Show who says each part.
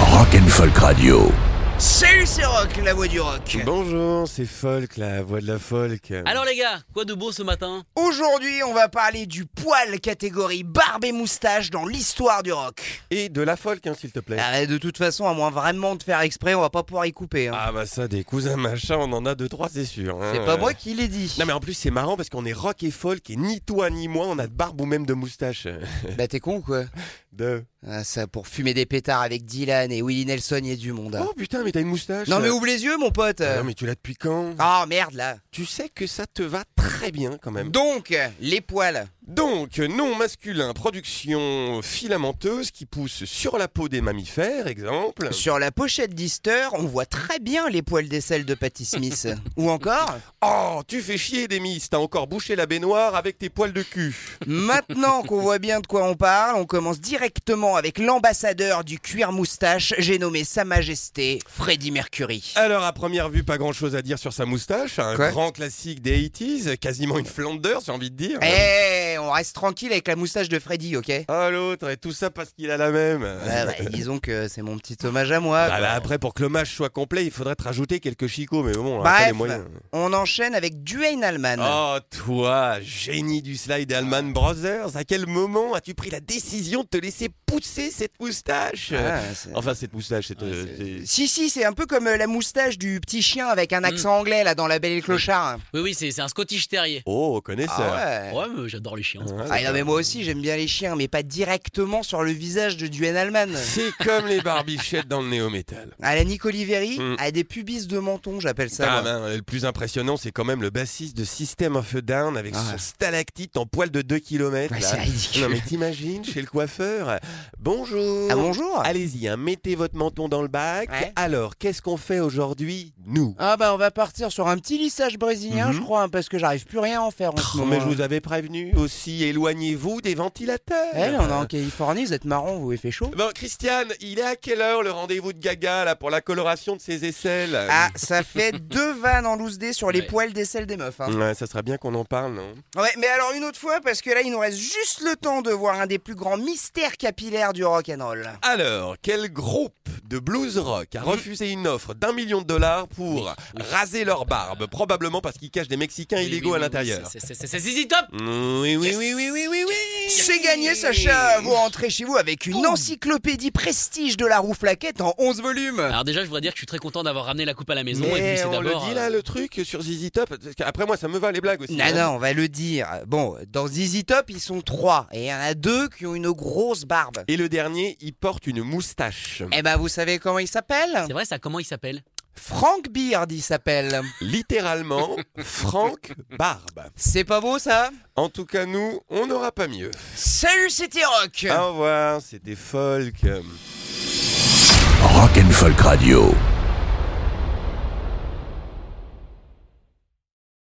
Speaker 1: Rock'n'Folk Radio.
Speaker 2: Salut, c'est Rock, la voix du rock.
Speaker 3: Bonjour, c'est Folk, la voix de la folk.
Speaker 4: Alors les gars, quoi de beau ce matin
Speaker 2: Aujourd'hui, on va parler du poil catégorie barbe et moustache dans l'histoire du rock.
Speaker 3: Et de la folk, hein, s'il te plaît.
Speaker 2: Ah, de toute façon, à moins vraiment de faire exprès, on va pas pouvoir y couper. hein.
Speaker 3: Ah bah ça, des cousins machins, on en a deux, trois, c'est sûr. hein.
Speaker 2: c'est pas moi qui l'ai dit.
Speaker 3: Non mais en plus c'est marrant parce qu'on est rock et folk et ni toi ni moi on a de barbe ou même de moustache.
Speaker 2: Bah t'es con ou quoi
Speaker 3: De...
Speaker 2: ah, Ça pour fumer des pétards avec Dylan et Willie Nelson y est du monde. hein.
Speaker 3: Oh putain mais t'as une moustache.
Speaker 2: non mais ouvre les yeux mon pote.
Speaker 3: Ah, Non mais tu l'as depuis quand
Speaker 2: Ah merde là.
Speaker 3: Tu sais que ça te va très bien quand même.
Speaker 2: Donc, les poils.
Speaker 3: Donc, nom masculin, production filamenteuse qui pousse sur la peau des mammifères, exemple.
Speaker 2: Sur la pochette d'Easter, on voit très bien les poils des selles de Patty Smith. ou encore,
Speaker 3: Oh, tu fais chier, Demis, t'as encore bouché la baignoire avec tes poils de cul.
Speaker 2: Maintenant qu'on voit bien de quoi on parle, on commence directement avec l'ambassadeur du cuir moustache, j'ai nommé Sa Majesté Freddie Mercury.
Speaker 3: Alors à première vue, pas grand chose à dire sur sa moustache, un
Speaker 2: Quoi
Speaker 3: grand classique des 80s, quasiment une Flanders, j'ai envie de dire.
Speaker 2: Eh, on reste tranquille avec la moustache de Freddie, ok
Speaker 3: Ah l'autre, et tout ça parce qu'il a la même.
Speaker 2: Ah bah, Disons que c'est mon petit hommage à moi.
Speaker 3: Ah
Speaker 2: quoi.
Speaker 3: bah, après, pour que l'hommage soit complet, il faudrait te rajouter quelques chicots, mais bon, on n'a pas les
Speaker 2: Bref,
Speaker 3: moyens.
Speaker 2: on enchaîne avec Duane Allman.
Speaker 3: Oh toi, génie du slide Allman Brothers, à quel moment as-tu pris la décision de te laisser pousser cette moustache
Speaker 2: Ah, c'est-
Speaker 3: Enfin cette moustache, cette... euh, c'est-
Speaker 2: Si, si, c'est un peu comme euh, la moustache du petit chien avec un accent
Speaker 3: Mm.
Speaker 2: anglais là dans La Belle et le Clochard.
Speaker 4: Oui oui, c'est c'est un Scottish Terrier.
Speaker 3: Oh, connaisseur.
Speaker 2: Ah ouais.
Speaker 4: Ouais, mais j'adore les chiens. c'est pas-
Speaker 2: Ah non, mais moi aussi j'aime bien les chiens, mais pas directement sur le visage de Duane Allman.
Speaker 3: C'est comme les barbichettes dans le néo-métal.
Speaker 2: À la Nick Oliveri,
Speaker 3: Mm.
Speaker 2: à des pubis de menton, j'appelle ça. moi.
Speaker 3: Ah, ben, le plus impressionnant, c'est quand même le bassiste de System of a Down avec
Speaker 2: Ah
Speaker 3: son
Speaker 2: ouais.
Speaker 3: stalactite en poil de 2 km.
Speaker 2: Ouais, c'est ridicule.
Speaker 3: Non, mais t'imagines, chez le coiffeur. Bonjour.
Speaker 2: Ah bonjour
Speaker 3: Allez-y, hein, mettez votre menton dans le bac.
Speaker 2: Ouais.
Speaker 3: Alors, qu'est-ce qu'on fait aujourd'hui, nous
Speaker 2: Ah bah on va partir sur un petit lissage brésilien je crois, hein, parce que j'arrive plus rien à en faire en ce
Speaker 3: Oh,
Speaker 2: moment.
Speaker 3: Mm-hmm. Mais je vous avais prévenu aussi, éloignez-vous des ventilateurs.
Speaker 2: Eh, on est en Californie, vous êtes marrons, vous, il fait chaud.
Speaker 3: Bon, Christiane, il est à quelle heure le rendez-vous de Gaga là pour la coloration de ses aisselles
Speaker 2: Ah, ça fait deux vannes en loose dé sur les
Speaker 4: Ouais.
Speaker 2: poils des selles des meufs. hein.
Speaker 3: Ouais, ça serait bien qu'on en parle, non
Speaker 2: Ouais, mais alors une autre fois, parce que là, il nous reste juste le temps de voir un des plus grands mystères capillaires du rock'n'roll.
Speaker 3: Alors, quel groupe de blues rock
Speaker 4: Mm.
Speaker 3: a refusé une offre d'un million de dollars pour raser leur barbe Probablement parce qu'ils cachent des Mexicains
Speaker 4: Oui,
Speaker 3: illégaux
Speaker 4: oui,
Speaker 3: à
Speaker 4: oui,
Speaker 3: l'intérieur.
Speaker 4: c'est- C'est c'est- c'est ZZ Top
Speaker 3: Mm, Oui, oui,
Speaker 4: Yes.
Speaker 3: oui, oui, oui, oui, oui.
Speaker 2: C'est gagné, Sacha Vous rentrez chez vous avec une encyclopédie prestige de la roue flaquette en 11 volumes
Speaker 4: Alors déjà, je voudrais dire que je suis très content d'avoir ramené la coupe à la maison. et
Speaker 3: Mais
Speaker 4: puis c'est
Speaker 3: Eh, on le
Speaker 4: d'abord.
Speaker 3: dit
Speaker 4: euh,
Speaker 3: là, le truc sur ZZ Top. parce que Après, moi, ça me va les blagues aussi.
Speaker 2: Non,
Speaker 3: hein.
Speaker 2: non, on va le dire. Bon, dans ZZ Top, ils sont trois, et il y en a deux qui ont une grosse barbe.
Speaker 3: Et le dernier, il porte une moustache.
Speaker 2: Eh ben, vous savez comment il s'appelle
Speaker 4: C'est vrai, ça, comment il s'appelle
Speaker 2: Frank Beard, il s'appelle.
Speaker 4: Eh.
Speaker 3: Littéralement, Franck Barbe.
Speaker 2: C'est pas beau, ça
Speaker 3: En tout cas, nous, on n'aura pas mieux.
Speaker 2: Salut, c'était Rock
Speaker 3: Ah Au revoir, c'était Folk.
Speaker 1: Rock'n'Folk Radio.